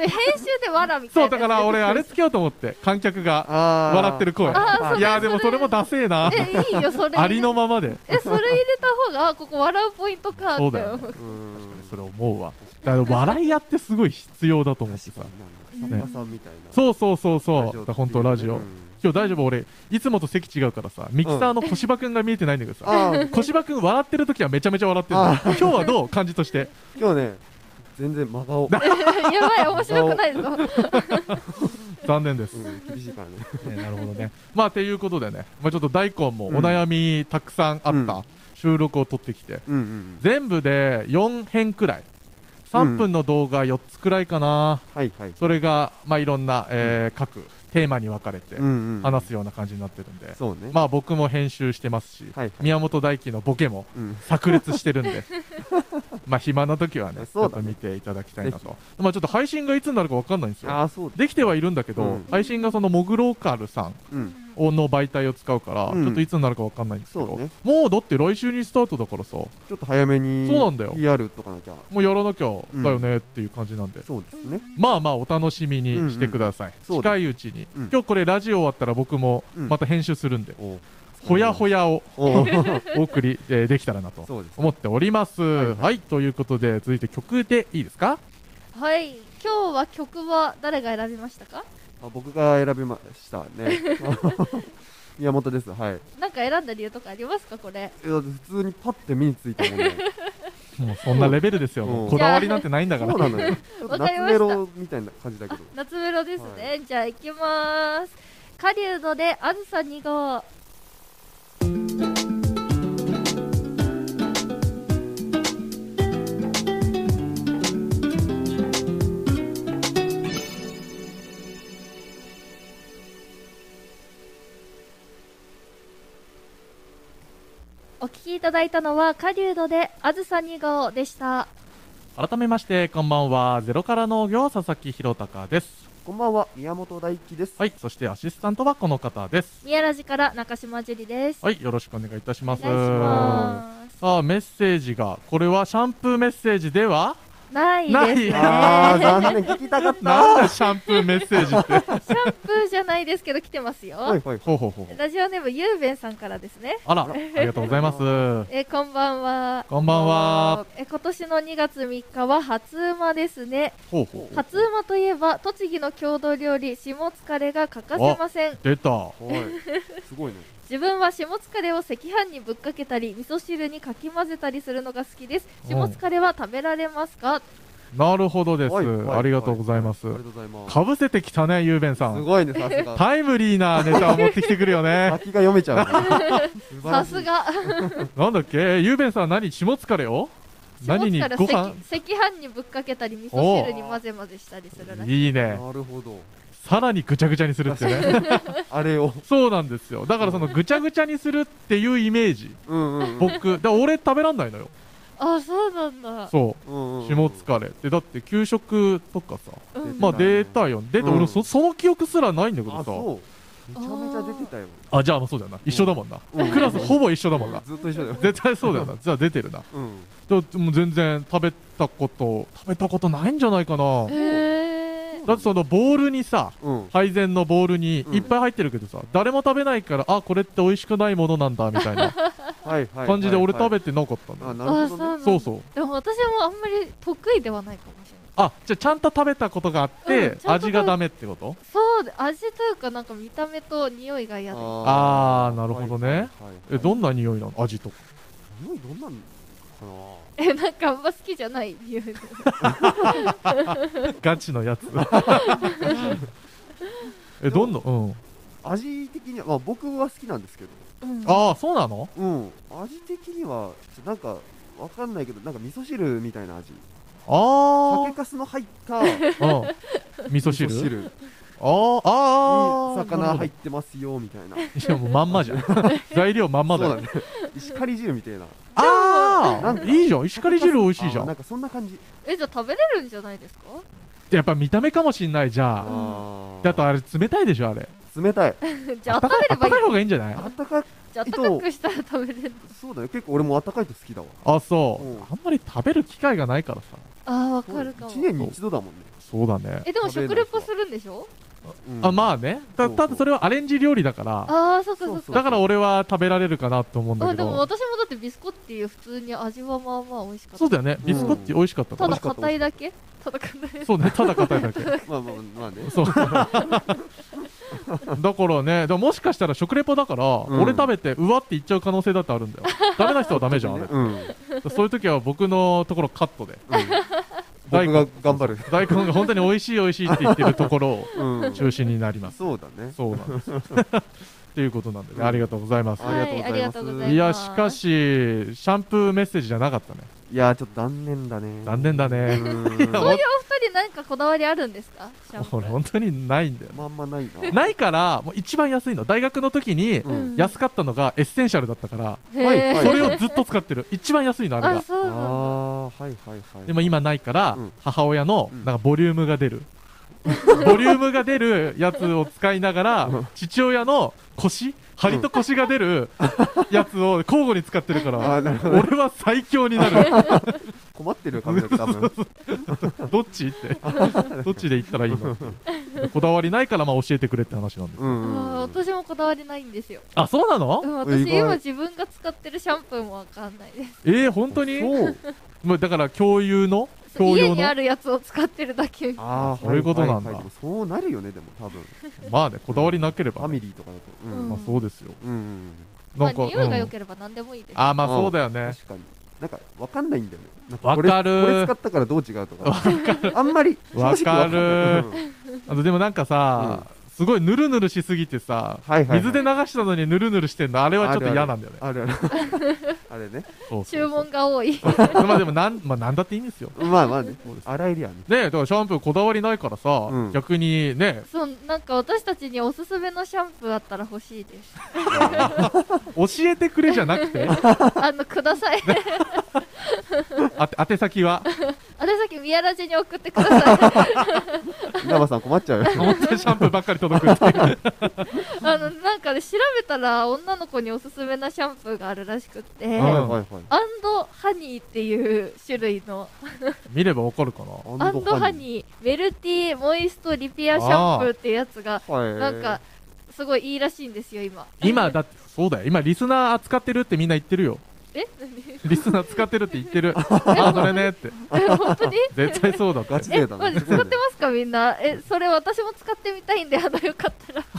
れ編集でわらみたい
そ
な
う、だから俺、あれつけようと思って、観客が
あー
笑ってる声。
あー
いやー、でもそれもダセえな。
えいいよそれ
ありのままで。
えそれ入れた方があここ笑うポイントかって
そ
思
うだよね
うん
それ思うわ。だから、笑いやってすごい必要だと思って
確
さ
か。になんかさんまさんみたいな
そうそうそうそう。
ラ
だ
ジオ
から
っていう
本当ラジオ。
うん
今日大丈夫俺、いつもと席違うからさ、ミキサーの小芝くんが見えてないんだけどさ、
あー
小芝くん笑ってる時はめちゃめちゃ笑ってるんだ
あ
よ今日はどう感じとして。
今日ね全然 真顔
やばい面白くないぞ
残念です。
うん厳しいからね
ねなるほどね。まあ、ていうことでね、まあちょっと大根もお悩みたくさんあった収録を撮ってきて、
うんうん
全部で4編くらい。3分の動画4つくらいかな。
はいはい
それが、まあいろんな、えー各テーマに分かれて
ん
話すような感じになってるんで、
そうね
まあ僕も編集してますし、
はい
宮本大輝のボケも
うん
炸裂してるん でまあ暇な時はねち
そ
ょっ
う
と
だね
見ていただきたいなとまあちょっと配信がいつになるかわかんないんですよ
ああそう
できてはいるんだけど、
うん
配信がそのモグローカルさん
うん
の媒体を使うから、
うん
ちょっといつになるかわかんないんですけど、
そうね
もうだって来週にスタートだからさ、
ちょっと早めに
そうなんだよ
PR とかなきゃ
もうやらなきゃ
うん
だよねっていう感じなんで、
そうですね
まあまあお楽しみにしてください、
うんうん
近いうちに、
うん
今日これラジオ終わったら僕も
うん
また編集するんで、
お
ほやほやを
お
お送り、えーできたらなと
そうです
思っておりますはいい、
はい
ということで続いて曲でいいですか
はい今日は曲は誰が選びましたか
あ僕が選びました ね宮本ですはいい
なんか選んだ理由とかありますかこれ
やだって普通にパッて目についたも んね
もうそんなレベルですよ、
うん
もうこだわりなんてないんだか
そ
ら
うなのよちょっと
わかり
夏
ま
メ
した
ロみたいな感じだけど
夏メロですね、じゃあ行きまーす狩人であずさ2号お聞きいただいたのは狩人であずさ2号でした
改めましてこんばんはゼロから農業佐々木弘隆です
こんばんは宮本大輝です
はいそしてアシスタントはこの方です
宮ラジから中島樹里です、
はいよろしくお願いいたします
お願いします
さあメッセージがこれはシャンプーメッセージでは
ないですね。シ
な
ああ
ャ
残念聞きたかっ た
なんだシャンプーメッセージって
ンプーじゃないですけど来てますよ。
はいはい
ほうほうほうほう
ラジオネームゆうべんさんからですね。
あらありがとうございます
えーこんばんは。
こんばんは
えー今年の2月3日は初馬ですね。
ほうほう
初馬といえば栃木の郷土料理下疲れが欠かせません。
出た
はいすごいね
自分は下疲れを赤飯にぶっかけたり味噌汁にかき混ぜたりするのが好きです。
うん
下疲れは食べられますか？
なるほどです、
はいはい
ありがとうございます、
ありがとうございます
かぶせてきたねゆうべんさ
す
ん
ごいねさすが
タイムリーなネタを持ってきてくるよ ね
先が読めちゃう ね
さすが。
なんだっけゆうべんさん何下疲れを
下
何に
疲れ
ご
赤
飯
赤飯にぶっかけたり味噌汁に混ぜ混ぜしたりするらしい。
いい
な
ね
るほど
さらにぐちゃぐちゃにするってね
あれを
そうなんですよだからそのぐちゃぐちゃにするっていうイメージ
うんうんうん
僕だ俺食べらんないのよ
あ、そうなんだ。
そう
うんうん
下疲れってだって給食とかさ
うん
まあ出たよ出て、
うん
俺そその記憶すらないんだけ
あ
どさ
そうめちゃめちゃ出てたよ
あじゃあまあそうだよな一緒だもんな、
うん
クラスほぼ一緒だもんな
ずっと一緒だよ
絶対そうだよなじゃあ出てるな
うん
だってもう全然食べたこと食べたことないんじゃないかな
へえ。
だってそのボールにさ
うん
配膳のボールに
うん
いっぱい入ってるけどさ、誰も食べないからあこれって美味しくないものなんだみたいな
はいはい
感じで俺食
べ
べてなかったんだよ、
あな
あ、
るほ
そう
ど
なん
ね
だ。
そうそう
でも私もあんまり得意ではないかもしれない。
あじゃあちゃんと食べたことがあって、
うんちゃん
味
と食べ
がダメってこと
そうで、味というかなんか見た目と匂いが嫌で。
あーなるほどね
はいはい
えどんな匂いなの味 とか
匂いどんなんかな
え、なんかあんま好きじゃない匂いで。
ガチのやつ えどんなうん
味的にはまあ僕は好きなんですけど
うん
ああそうなの
うん味的にはちょなんかわかんないけどなんか味噌汁みたいな味
あ
酒粕の入った味
あ、うん、味噌汁
汁
あーあー
魚入っ
なる
てますよみたい
ほ
な
どいやもうまんま じゃん材料まんまだ
そ
よ
うだね石狩汁みたいなな
あ
ん
あ
か
いいじゃん石狩汁美味しいじゃ
あー
ん
なんかそんな感じ
え、じゃあ食べれるんじゃないですか？
やっぱ見た目かもしんないじゃあ
あー
だとあれ冷たいでしょあれ
冷たい
じゃあ温めればいい
高い。方がいいんじゃない
あったか
じゃあ温かくしたら食べれる。
そうだよ結構俺もあったかいと好きだわ
あそう
うん
あんまり食べる機会がないからさ
あー、わかるかも
1。年に一度だもんね、
そうだね
え、でも食レポするんでしょ？
うん
あまあねた
そうそ
た
う
だそれはアレンジ料理だから
ああ、そっかそっ
そ
か
う。
だから俺は食べられるかなと思うんだ
あ
け
でも
ど
私もだってビスコッティ普通に味はまあまあ美味しかった
そうだよねビスコッティ美味しかったか
た
ら
だ硬いだけただ硬い
そうねただ硬いだけ
まあまあまあね
そうだからねでももしかしたら食レポだから、
ん
俺食べてうわって言っちゃう可能性だってあるんだよダメな人はダメじゃんあれ
うん、うん、
そういう時は僕のところカットで
僕が頑張る
大根が本当に美味しい美味しいって言ってるところを
うん
中心になります
そうだね
そうなんですよ っていうことなんでね、
うん
ありがとうございます、
は
はい
あ
あ
り
り
が
が
と
と
う
う
ご
ご
ざ
ざ
い、
います
やしかしシャンプーメッセージじゃなかったね
いやーちょっと残念だね
残念だねい
うん
や
そういうお二人何かこだわりあるんですかシャンプー
俺本当にないんだよね
まんまないな
ないからもう一番安いの大学の時に
うん
うん
安かったのがエッセンシャルだったから、
へー
はいはい
それをずっと使ってる一番安いのあれ
あ
が
そうなんだ
あーはいはいはい
でも今ないから
うん
母親の
うん
なんかボリュームが出るボリュームが出るやつを使いながら、父親の腰、針と腰が出るやつを交互に使ってるか
あ
ら、
ーなるほど
俺は最強になる。
困ってるよ髪の毛多分
どっちって。どっちで行ったらいいのってこだわりないから、まあ教えてくれって話なんです。
うん
あー
うん
私もこだわりないんですよ。
あ、そうなの
で
え
も私
意外
今自分が使ってるシャンプーもわかんないです。
えー、本当に
そう
まあだから共有の共
家
用
にあ
の
るやつを使ってるだけ。
ああ
そういうことなんだ
そうなるよねでも多分
まあねこだわりなけれ
フ
ば
ァ
ね、
ミリーとかだとうん
うん
まあそうですよ
うんうん
ま
な
あ
んか、
匂いが良
うん
ければ何でもいいです。
あーまあそうだよね
確かになんかわかんないんだよねなん
わかる
これこれ使ったからどう違うとかあんまり正直わんない
わか
うん
あとでもなんかさ、すごいぬるぬるしすぎてさ、
はいはいはい
水で流したのにぬるぬるしてんのあれはちょっと嫌なんだよね
あるある あれね
そうそう
注文が多い。
そう まあでもなん、まあ、なんだっていいんですよ
まあまあね
そうです
洗えりゃね
ねえだからシャンプーこだわりないからさ、
うん
逆にね
そう、なんか私たちにおすすめのシャンプーあったら欲し いです。
教えてくれじゃなくて
あの、ください。
あ て宛先は
あれさっき宮ラジに送ってく ださい。
稲葉さん困っちゃうよ
本当にシャンプーばっかり届くっていう
あの、なんかね、調べたら女の子におすすめなシャンプーがあるらしくって、
はい
うん
アン
はいはい
ドハニーっていう種類の、
見ればわかるかな
アンドハニー、メルティーモイストリペアシャンプーっていうやつが、
ーはい
なんか、すごいいいらしいんですよ、今。
今だってそうだよ今リスナー扱ってるってみんな言ってるよ
え
リスナー使ってるって言ってるあそれねって
何本当に
絶対そうだって
ガチ
え、
勢だ
マ
な
ジ使ってますかみんな。え、それ私も使ってみたいんで、あの、よかっ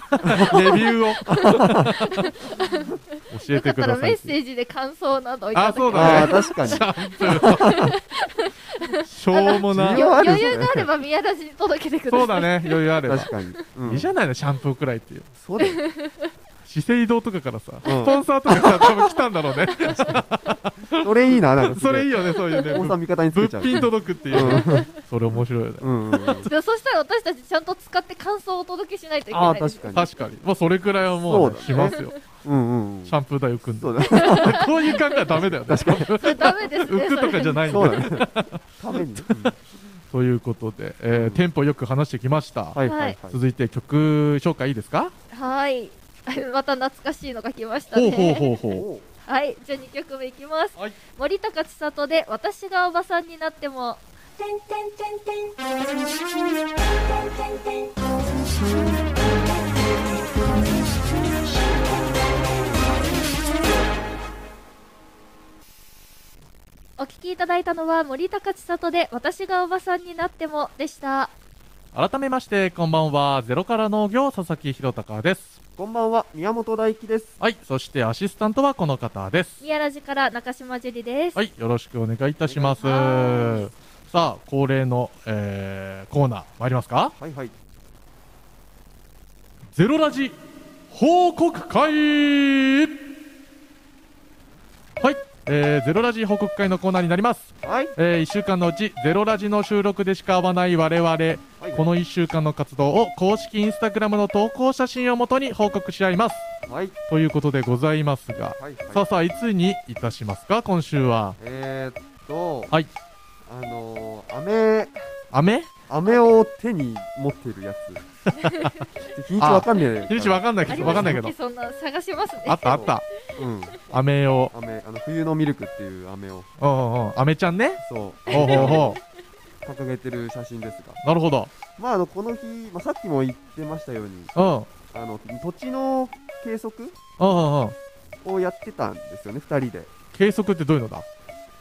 たら、
レビューを教 え
よか
て
っ
く
た
だ
ら
さ
メ
い
ッセージで感想などい
あ
ただけ
そう
れば
だ
あ
ね
あ確かに
シャンプーしょうもな
需要ある
余裕があれば宮田氏に届けてください。
そうだね余裕あれば
確かにうん
いいじゃないのシャンプーくらいっていう
そうだよ
資生堂とかからさス
うん
ポンサーとかさ多分来たんだろうね
それいいななんか
それいい
い
よねそういうね
王さん味方につ
物
けちゃう
品届くっていうそれ面白いよね
うんうんうん
でもそしたら私たちちゃんと使って感想をお届けしないといけ
あ
な
あ
いで
確
す。
かに
確かにまあそれくらいはもうねし
そう
ま
だね
すよ
うんうんうん
シャンプー代を組んで
そうだ
こういう考えはダメだよね
それダメですね。
浮くとかじゃ
い。
ないん
そう
だ
だねためにうんは
ということでえー
うん
テンポよく話してきました
いはいはい
続いて曲紹介いいですか
はい。 また懐かしいのが来ました
ほ
ね。
うほうほうほ
おう
はい。じゃあ2曲目いきます。
うはい
森高千里で私がおばさんになっても。お聞きいただいたのは森高千里で私がおばさんになってもでした。
改めましてこんばんはゼロから農業佐々木弘隆です
こんばんは宮本大輝です
はいそしてアシスタントはこの方です
宮ラジから中島樹里です。
はいよろしくお願いいたします
お願いしま
さあ恒例の、えーコーナー参りますか
はいはい
ゼロラジ報告会はい、えーゼロラジ報告会のコーナーになります、
はい
え1週間のうちゼロラジの収録でしか会わない我々
はい
この1週間の活動を公式インスタグラムの投稿写真をもとに報告し合います
はい
ということでございますが、
はい
さ
は
あ
い
さあいつにいたしますか今週は
えーっと
はい
あのー飴
雨
飴を手に持ってるやつ日にちわかんねえ
日にちわかんないけ
あり
ど
ま
わか
した
んないけど
っけそんな探しますね。
あったあった
うん
雨を
飴あの冬のミルクっていう飴を
うんうんうん雨ちゃんね
そう
ほうほうほ
掲げてる写真ですが
うなるほど
まああのこの日、まあ、さっきも言ってましたように
うんうん
あの土地の計測
うんうん
をやってたんですよね2人で
計測ってどういうのだ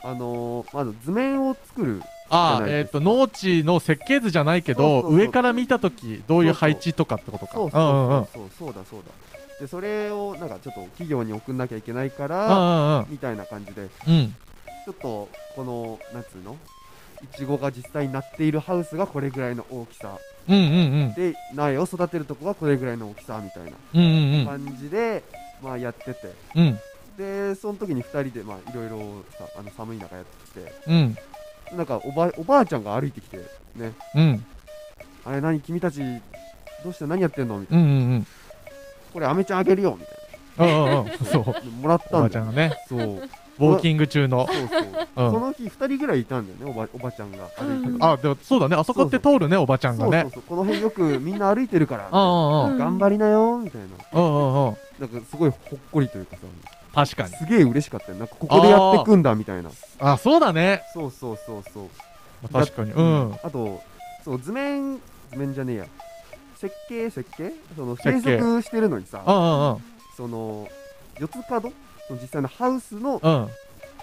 あのーまず図面を作る
あ
じゃ
あ
ない
えっ、
です
と農地の設計図じゃないけど
そうそうそう
上から見た時どういう配置とかってことか
そうそうそうそうそうだそうだでそれをなんかちょっと企業に送んなきゃいけないか
うんう
ら
んうんうん
みたいな感じで
うん
ちょっとこのなんつうのいちごが実際になっているハウスがこれぐらいの大きさ
うんうん
で苗を育てるとこがこれぐらいの大きさみたいな
うんうんうんうん
感じで、まあやってて
うん
でその時に2人でまあいろいろさあの寒い中やって
うん
てなんかおばおばあちゃんが歩いてきてね
うん
あれ何君たちどうして何やってんのみたい
うんうん
なこれアメちゃんあげるよみたい
うんうんうんうんそう
なもらっ
お
た
ばあ
ん
ち
だ
ゃ
よ
んがね
そう
ウォーキング中の。
そうそう。
うん
その日2人ぐらいいたんだよね、おばおばちゃんが歩いてる。
あ、でもそうだね。あそこって通るね、おばちゃん
そ
が
うそ
ね
う。そう。この辺よくみんな歩いてるから、
うんうんうん。
ん
頑張りなよ、みたいな。
うんうんうん。
なんかすごいほっこりというかさ、
確かに。
すげえ嬉しかったよ。なんかここでやってくんだ、みたいな。
あ、そうだね。
そうそうそうそう。
まあ確かに。うん。
あと、そう、図面、図面じゃねえや。設計、設計その、
設計
計測してるのに
う
さ、
んうん
その、四つ角その実際のハウスの
うん。うん。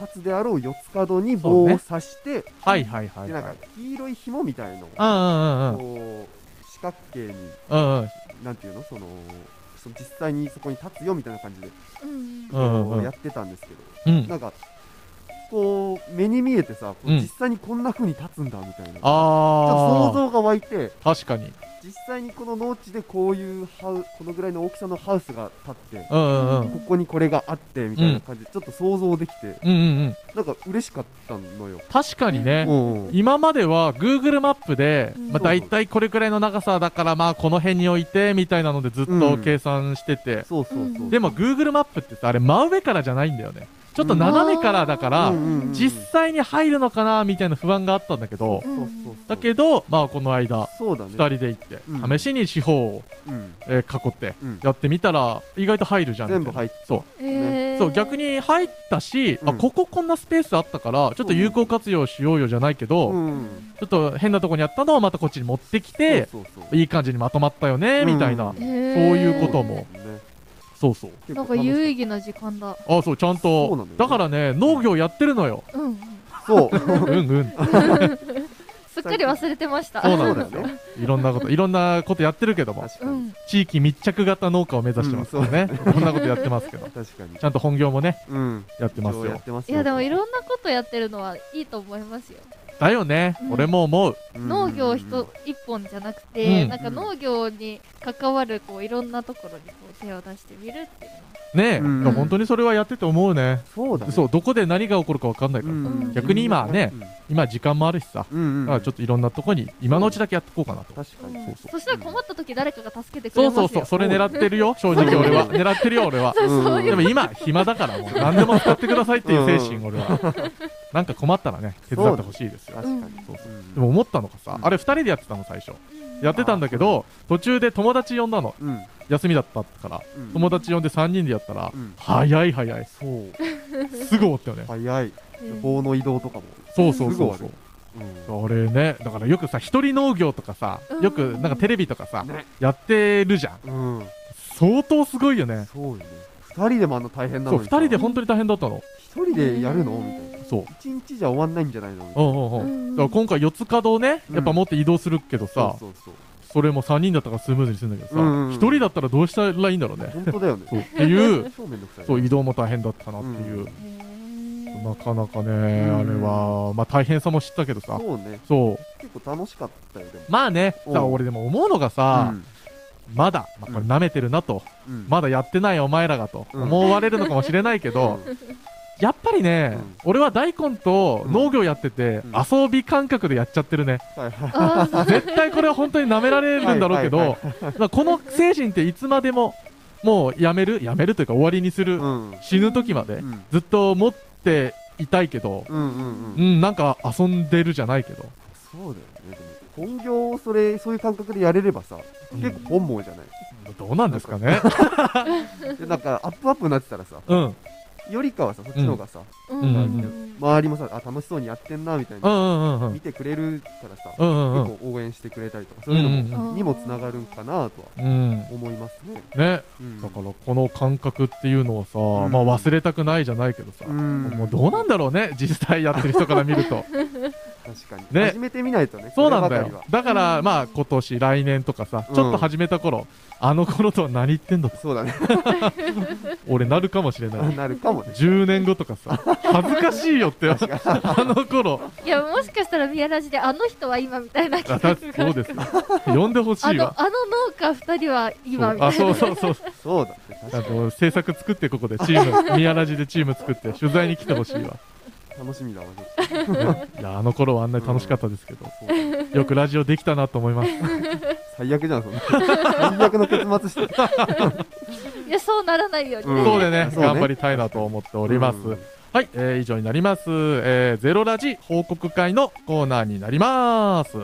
立つであろう四つ角に
そう
棒
ね
を刺して、
はいはいはい
で、
は。
ないんか黄色い紐みたいの
うんうんうんうん。
こう、四角形に、
うんうん。
なんていうのその、その実際にそこに立つよみたいな感じで、
うん
うんうんうん
こうやってたんですけど、
うん。
なんか、こう、目に見えてさ、こう
うん
実際にこんな風に立つんだみたいな。ちょっと想
あ
像が湧いて、
あ。確かに。
実際にこの農地でこういうハウこのぐらいの大きさのハウスが建って、
うんうんうん。
ここにこれがあってみたいな感じで、ちょっと想像できて
うんうんうん。
なんか嬉しかったのよ、
確かにね。
うん
今までは Google マップで、
うん
まあ、大体これくらいの長さだからまあこの辺に置いてみたいなのでずっと計算してて、
そうそうそう、
でも Google マップってさあれ真上からじゃないんだよねちょっと斜めからだから、
うんうんうん
実際に入るのかなみたいな不安があったんだけど、
そうそうそう
だけどまあこの間
そうだね
2人で行って、
うん
試しに四方を、
うん
えー囲って
うん
やってみたら意外と入るじゃん
全部
みたい
入って
なそう
えー
そう逆に入ったし、
う
あ
ん
こここんなスペースあったからちょっと有効活用しようよじゃないけど、
うん
ちょっと変なとこにあったのをまたこっちに持ってきて、
そうそうそう
いい感じにまとまったよね、
うん
みたいな
そ。
え
う
ー
そういうことも
ね
そうそう。
結構
なんか
楽し
有
っ
意義な時間だ
あ、そう、ちゃん
そ
と
うなの。よ
だからね、農業やってるのよ。
うんうん
た そう
うんうん。
すっかり忘れてました
そう
そ
な
うんだ
です
よ
よ
ね。
いろんなこと、いろんなことやってるけども、
確か
う
に
ん
地域密着型農家を目指してますからね。こんなことやってますけど。
確かに
ちゃんと本業もね、
うん
やってます
一応や
よ
っ。てます
い
よ
やでもいろんなことやってるのはいいと思いますよ
だよね
う。ん
俺も思う。
うん
農
う
業
んうん
一一本じゃなくて、
うん
なんか農業に関わるこういろんなところにこう手を出してみるっていうのは
ねえ。
うん
いや本当にそれはやってて思うね。
そうだね
そう、どこで何が起こるか分かんないから。
うん
逆に今ね今時間もあるしさ。
うんうん
だからちょっといろんなとこに、今のうちだけやっていこうかなと。
確かに
うん
そう
そしたら困った時誰かが助けてく
そ
れ
う
ます
そ
よ
うそう、それ狙ってるよ、正直俺は。
そう
狙ってるよ、俺は。
そう
そうい
でも今、暇だから、もう何でも使ってくださいっていう精神、俺は。なんか困ったらね、手伝ってほしいですよ。
確かに
そうそ
うん
でも思ったのがさ、
うん
あれ2人でやってたの、最初。
うん
やってたんだけど、途中で友達呼んだの。
うん
休みだったから。
うん
友達呼んで3人でやったら
うん、
早い早い。
そう
すぐ終わったよね。
早い
うん
棒の移動とかも
そうそう
すぐ
そう
終
そ
わ
う
る。うん
あれね、だからよくさ、一人農業とかさ、よくなんかテレビとかさ
ね、
やってるじゃん。
うん
相当すごいよね。
そうよね二人でもあんな大変な
そ
の
う、
に
2
さ
人で本当に大変だったの。
一人でやるのみたいな
そう。
一日じゃ終わんないんじゃないのみた
う
い
んうんう。
うんん
だから今回四つ角をね、やっぱ持って移動するけど
な
さ、
そうそう
それも3人だったからスムーズにするんだけど
うん
さ、
うんうん
一人だったらどうしたらいいんだろう
そう
ね。
本当だよね
そうっていう、
超めんどくさい
そう移動も大変だったなっていう。
へー
なかなかね、
ん
あれは、まあ大変さも知ったけどさ、
そうね
そう。
結構楽しかったよでも
まあね、
うん
だから俺でも思うのがさ、まだ、まあこれ舐めてるなと、
うんうん
まだやってないお前らがと
うん
思われるのかもしれないけど、やっぱりね
うん、
俺は大根と農業やってて
うん、
遊び感覚でやっちゃってるね。
はいはい
あーそう
絶対これは本当に舐められるんだろうけ
はい
ど、だからこの精神っていつまでも、もうやめる、やめるというか終わりにする、
うん
死ぬ時まで、
うん
ずっと持っていたいけど、
うんうん
う
うん
ん、なんか遊んでるじゃないけど、
そうだよねでも本業をそれそういう感覚でやれればさ
うん
結構本望じゃない
どうなんですかね。
でなんかアップアップになってたらさ
うん、うん
よりかはさそっちの方がさ
うん
うん
うん
周りもさあ楽しそうにやってんなみたい
うん
な
うんうん。
見てくれるからさ
うんうんうん
結構応援してくれたりとかそういうの
うんうん
もにもつながるんかなとは
うん。
思いますね。
ね。
うん
だからこの感覚っていうのをさ、
ん
まあ忘れたくないじゃないけどさ、
うん
もうどうなんだろうね、実際やってる人から見ると。
確かに、
ね
始めてみないとね
そうなんだ
これば
よ
か。
だから、まあ、今年、来年とかさ、
うん
ちょっと始めた頃、あの 頃とは何言ってんだと
りはそうだね
俺なるかもしれない。
なるかもね
10年後とかさ、恥ずかしいよって、あの頃。
いやもしかしたら宮ラジであの人は今みたいな
あ
企
だ
画
そ
が
うですよ。呼んでほし
あ
いわ。
のあの農家二人は
そ
今
う
みたい
あ、
な
そうそうそう。
そうだね確
あ
か
の、制作作ってここで、チーム、宮ラジでチーム作って、取材に来てほしいわ。
に楽しみだわちょっと
いや、あの頃はあんなに楽しかったですけど、
そうだね
よくラジオできたなと思います。
最悪じゃんそんな最悪の結末して
いやそうならないように
うん
ね
そうでね、
そうね
頑張りたいなと思っております。
うん
はい、えー以上になります、えーゼロラジ報告会のコーナーになります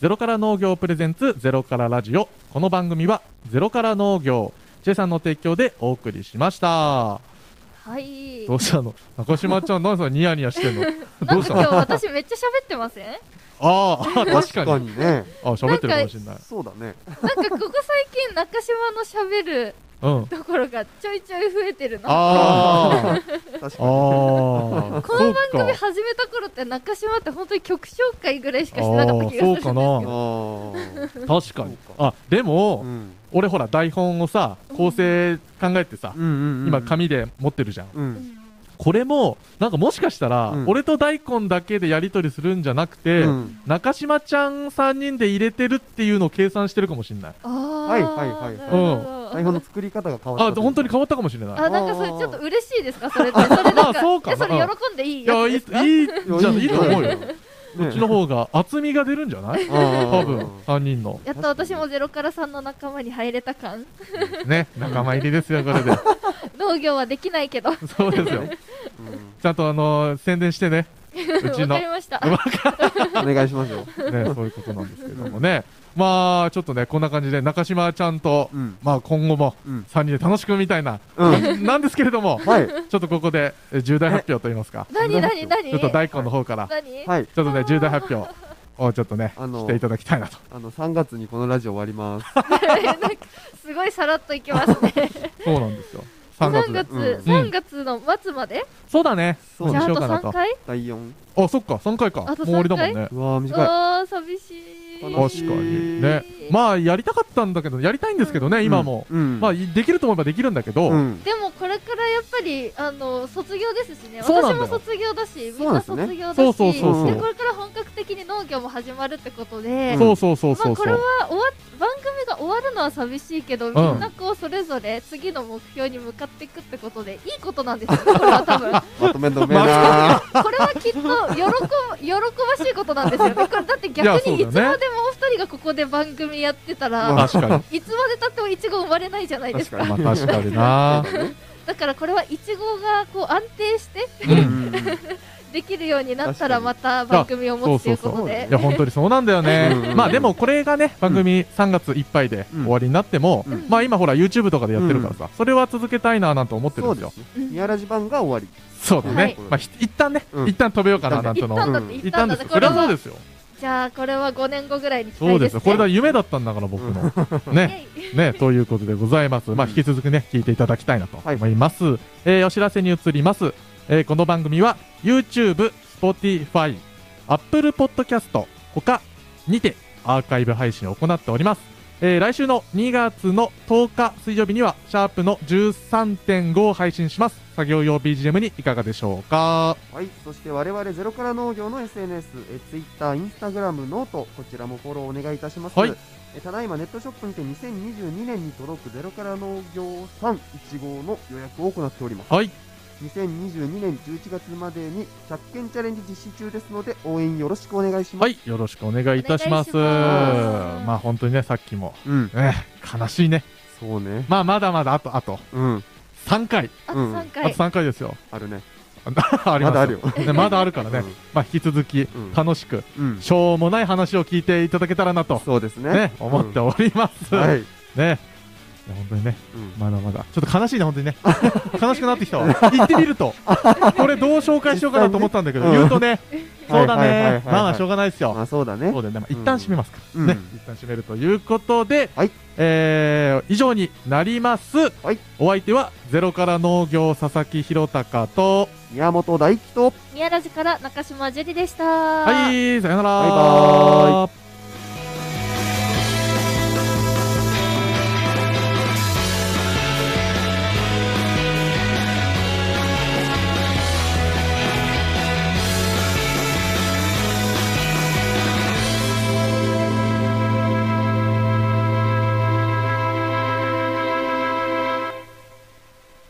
ゼロから農業プレゼンツゼロからラジオこの番組はゼロから農業ジェさんの提供でお送りしました
はい
どうしたの中島ちゃん何それニヤニヤしてんの
な
どうんし
か
た
今
の
日私めっちゃ喋ってません
あーあ確かに
にね。
あ喋ってるかもしれない
そうだね。
なんかここ最近中島の喋る
うん
ところがちょいちょい増えてるな
あー
確かに。
あー
この番
そう
組
か
始めた頃って中島って本当に曲紹介ぐらいしかしてなかった気がするんですけ
あーそうか
ど
な
あ
確かに
そうか
あでも、
あ。うん。
俺ほら台本をさ構成考えてさ、
うんうんうん。
今。紙で持ってるじゃん、
う。
うんん
これもなんかもしかしたら、
うん
俺と大根だけでやり取りするんじゃなくて、
うん
中島ちゃん3人で入れてるっていうのを計算してるかもしれない
あー
はいはいはい
なるほど
台本の作り方が変わ
あ
った。
本当に
変
変わったかもしれない
あなんかそれちょっと嬉しいですかそれ ってそれなん
あ
か
そうか
えそれ
うん
喜んでいい
い
や
や
つ
いい
で
い
すか
いじゃんいいと思うよ
ね
こっちの方が厚みが出るんじゃない多
多
分3人の
やっと私もゼロからさんの仲間に入れた感
ね仲間入りですよこれ で
農業はできないけどわ
そうですよちゃんとあのー宣伝してねうちの
かりました
お願いしますよ。
ね、 そういうことなんですけれどもね。まあ、ちょっとね、こんな感じで中島ちゃんと、
うん。
まあ今後も
うん。
3人で楽しくみたいな、
うん。
なんですけれども、
はい。
ちょっとここでえ重大発表といいますか、
何何何
ちょっと大根の方から、
何
はい。
ちょっとね、重大発表をちょっとね、
あの
していただきたいなと。
あの、3月にこのラジオ終わります。
なんかすごいさらっといきます ね
そうなんですよ。3
3
月
月
で。
うん
3月の末まで、
そうだね。
そううん
じゃ
し
ああ
よう
と
かなと
3回
第4。
あ、そっか、3回か。も
あ
う
と
終わりだもんね。
うわー、短い。
あー寂しい
悲
確
しい
かに。ね。まあ、やりたかったんだけど、やりたいんですけどね、今も。
うん。
まあ、できると思えばできるんだけど、
うん。
でもこれからやっぱりあの卒業ですしね
そうなん
私
だよ
も卒業だしみ
そ
ん
うなん
な
ですね
卒業だし
そうそうそう
そう
でこれから本格的に農業も始まるってことで、
うん
そうそうそうそうそ
まあ、
う
こ。れは終わ番組が終わるのは寂しいけど、みんなこうそれぞれ次の目標に向かっていくってことでいいことなんですよ、これは多分こ
まとめんのめえ なー。
れはきっと喜ぶ喜ばしいことなんですよね、これだって
いや
逆
そう
に
だ
い
よ
つ
ね
までもお二人がここで番組やってたら、
まあ
確かに。
いつまでたってもいちご生まれないじゃないです
確
か
かに。
まあ確かにな。
だからこれはいちごがこう安定して
う。
うんん。
できるようになったら
確
また番組を
そ
持
う
つと
そ
いううこ
そう
と
い
で
や本当にそうなんだよ
うんうん
ね
うん
まあでもこれがね番組3月いっぱいで
うん
終わりになっても、
うん
まあ今ほら YouTube とかでやってるからさ、それは続けたいななんて思ってる
そ
ん
う
です
で
よ
すね。
うん
宮ラジ版が終わり。
そうだね、
はい
まあひ一旦ね、
うん
一旦飛べようかななんて
一
の
旦だっ
う
て
ん
一
一旦
旦だ
で
っ
す
てこ
そ
れ
れはそう
は
ですよ
じゃあこれは5年後ぐらいに期
そ
待
うで
ですす
よ
ね
これが夢だったんだから僕の、ね
イエイ
ね、ということでございます。まあ、
うん
引き続きね、聞いていただきたいなと
はい
思います。えーお知らせに移ります。えーこの番組は、YouTube、Spotify、Apple Podcast、他にてアーカイブ配信を行っております。えー来週の2月の10日水曜日には、シャープの13.5を配信します。作業用 BGM にいかがでしょうか。
はい、そして我々ゼロから農業の SNS、え Twitter、Instagram、ノート、こちらもフォローお願いいたします。
はい
えただいまネットショップにて2022年に届くゼロから農業3 1号の予約を行っております。
はい。
2022年11月までに100件チャレンジ実施中ですので応援よろしくお願いします。
はい。よろしくお願いいたします。
お願いします
まあ、本当にね、さっきも、
うん、
ね、悲しいね。
そうね。
まあ、まだまだあと、あと、
うん、
3回。
あ
う
と
ん
3
あ
回
と3回ですよ。
あるね。
ありま
ま
す
だあるよ。
ね、まだあるからね、まあ、引き続き
うん
楽しく、
うん、うん
しょうもない話を聞いていただけたらなと、
そうですね。
ね、思っております。
うん、はい。
ねいや本当にね、
うん
まだまだ、ちょっと悲しいね、本当にね、 悲しくなってき たわ、行ってみると、これ、どう紹介しようかなと思ったんだけど、
実際
言う
に
とね、
は
そう
い
だ
はいはいはいは
ね
い、
まあ、しょうがないです
ま
よ、
あそうだね
そ。うだよね、まあ、一旦閉めますか、
うん
ね
うん、
一旦閉めるということで、
はい
えー以上になります、
はい
お相手は、ゼロから農業、佐々木弘隆と、
宮本大輝と
宮ラジから中島樹里でした
はい、さよなら。
バイバーイ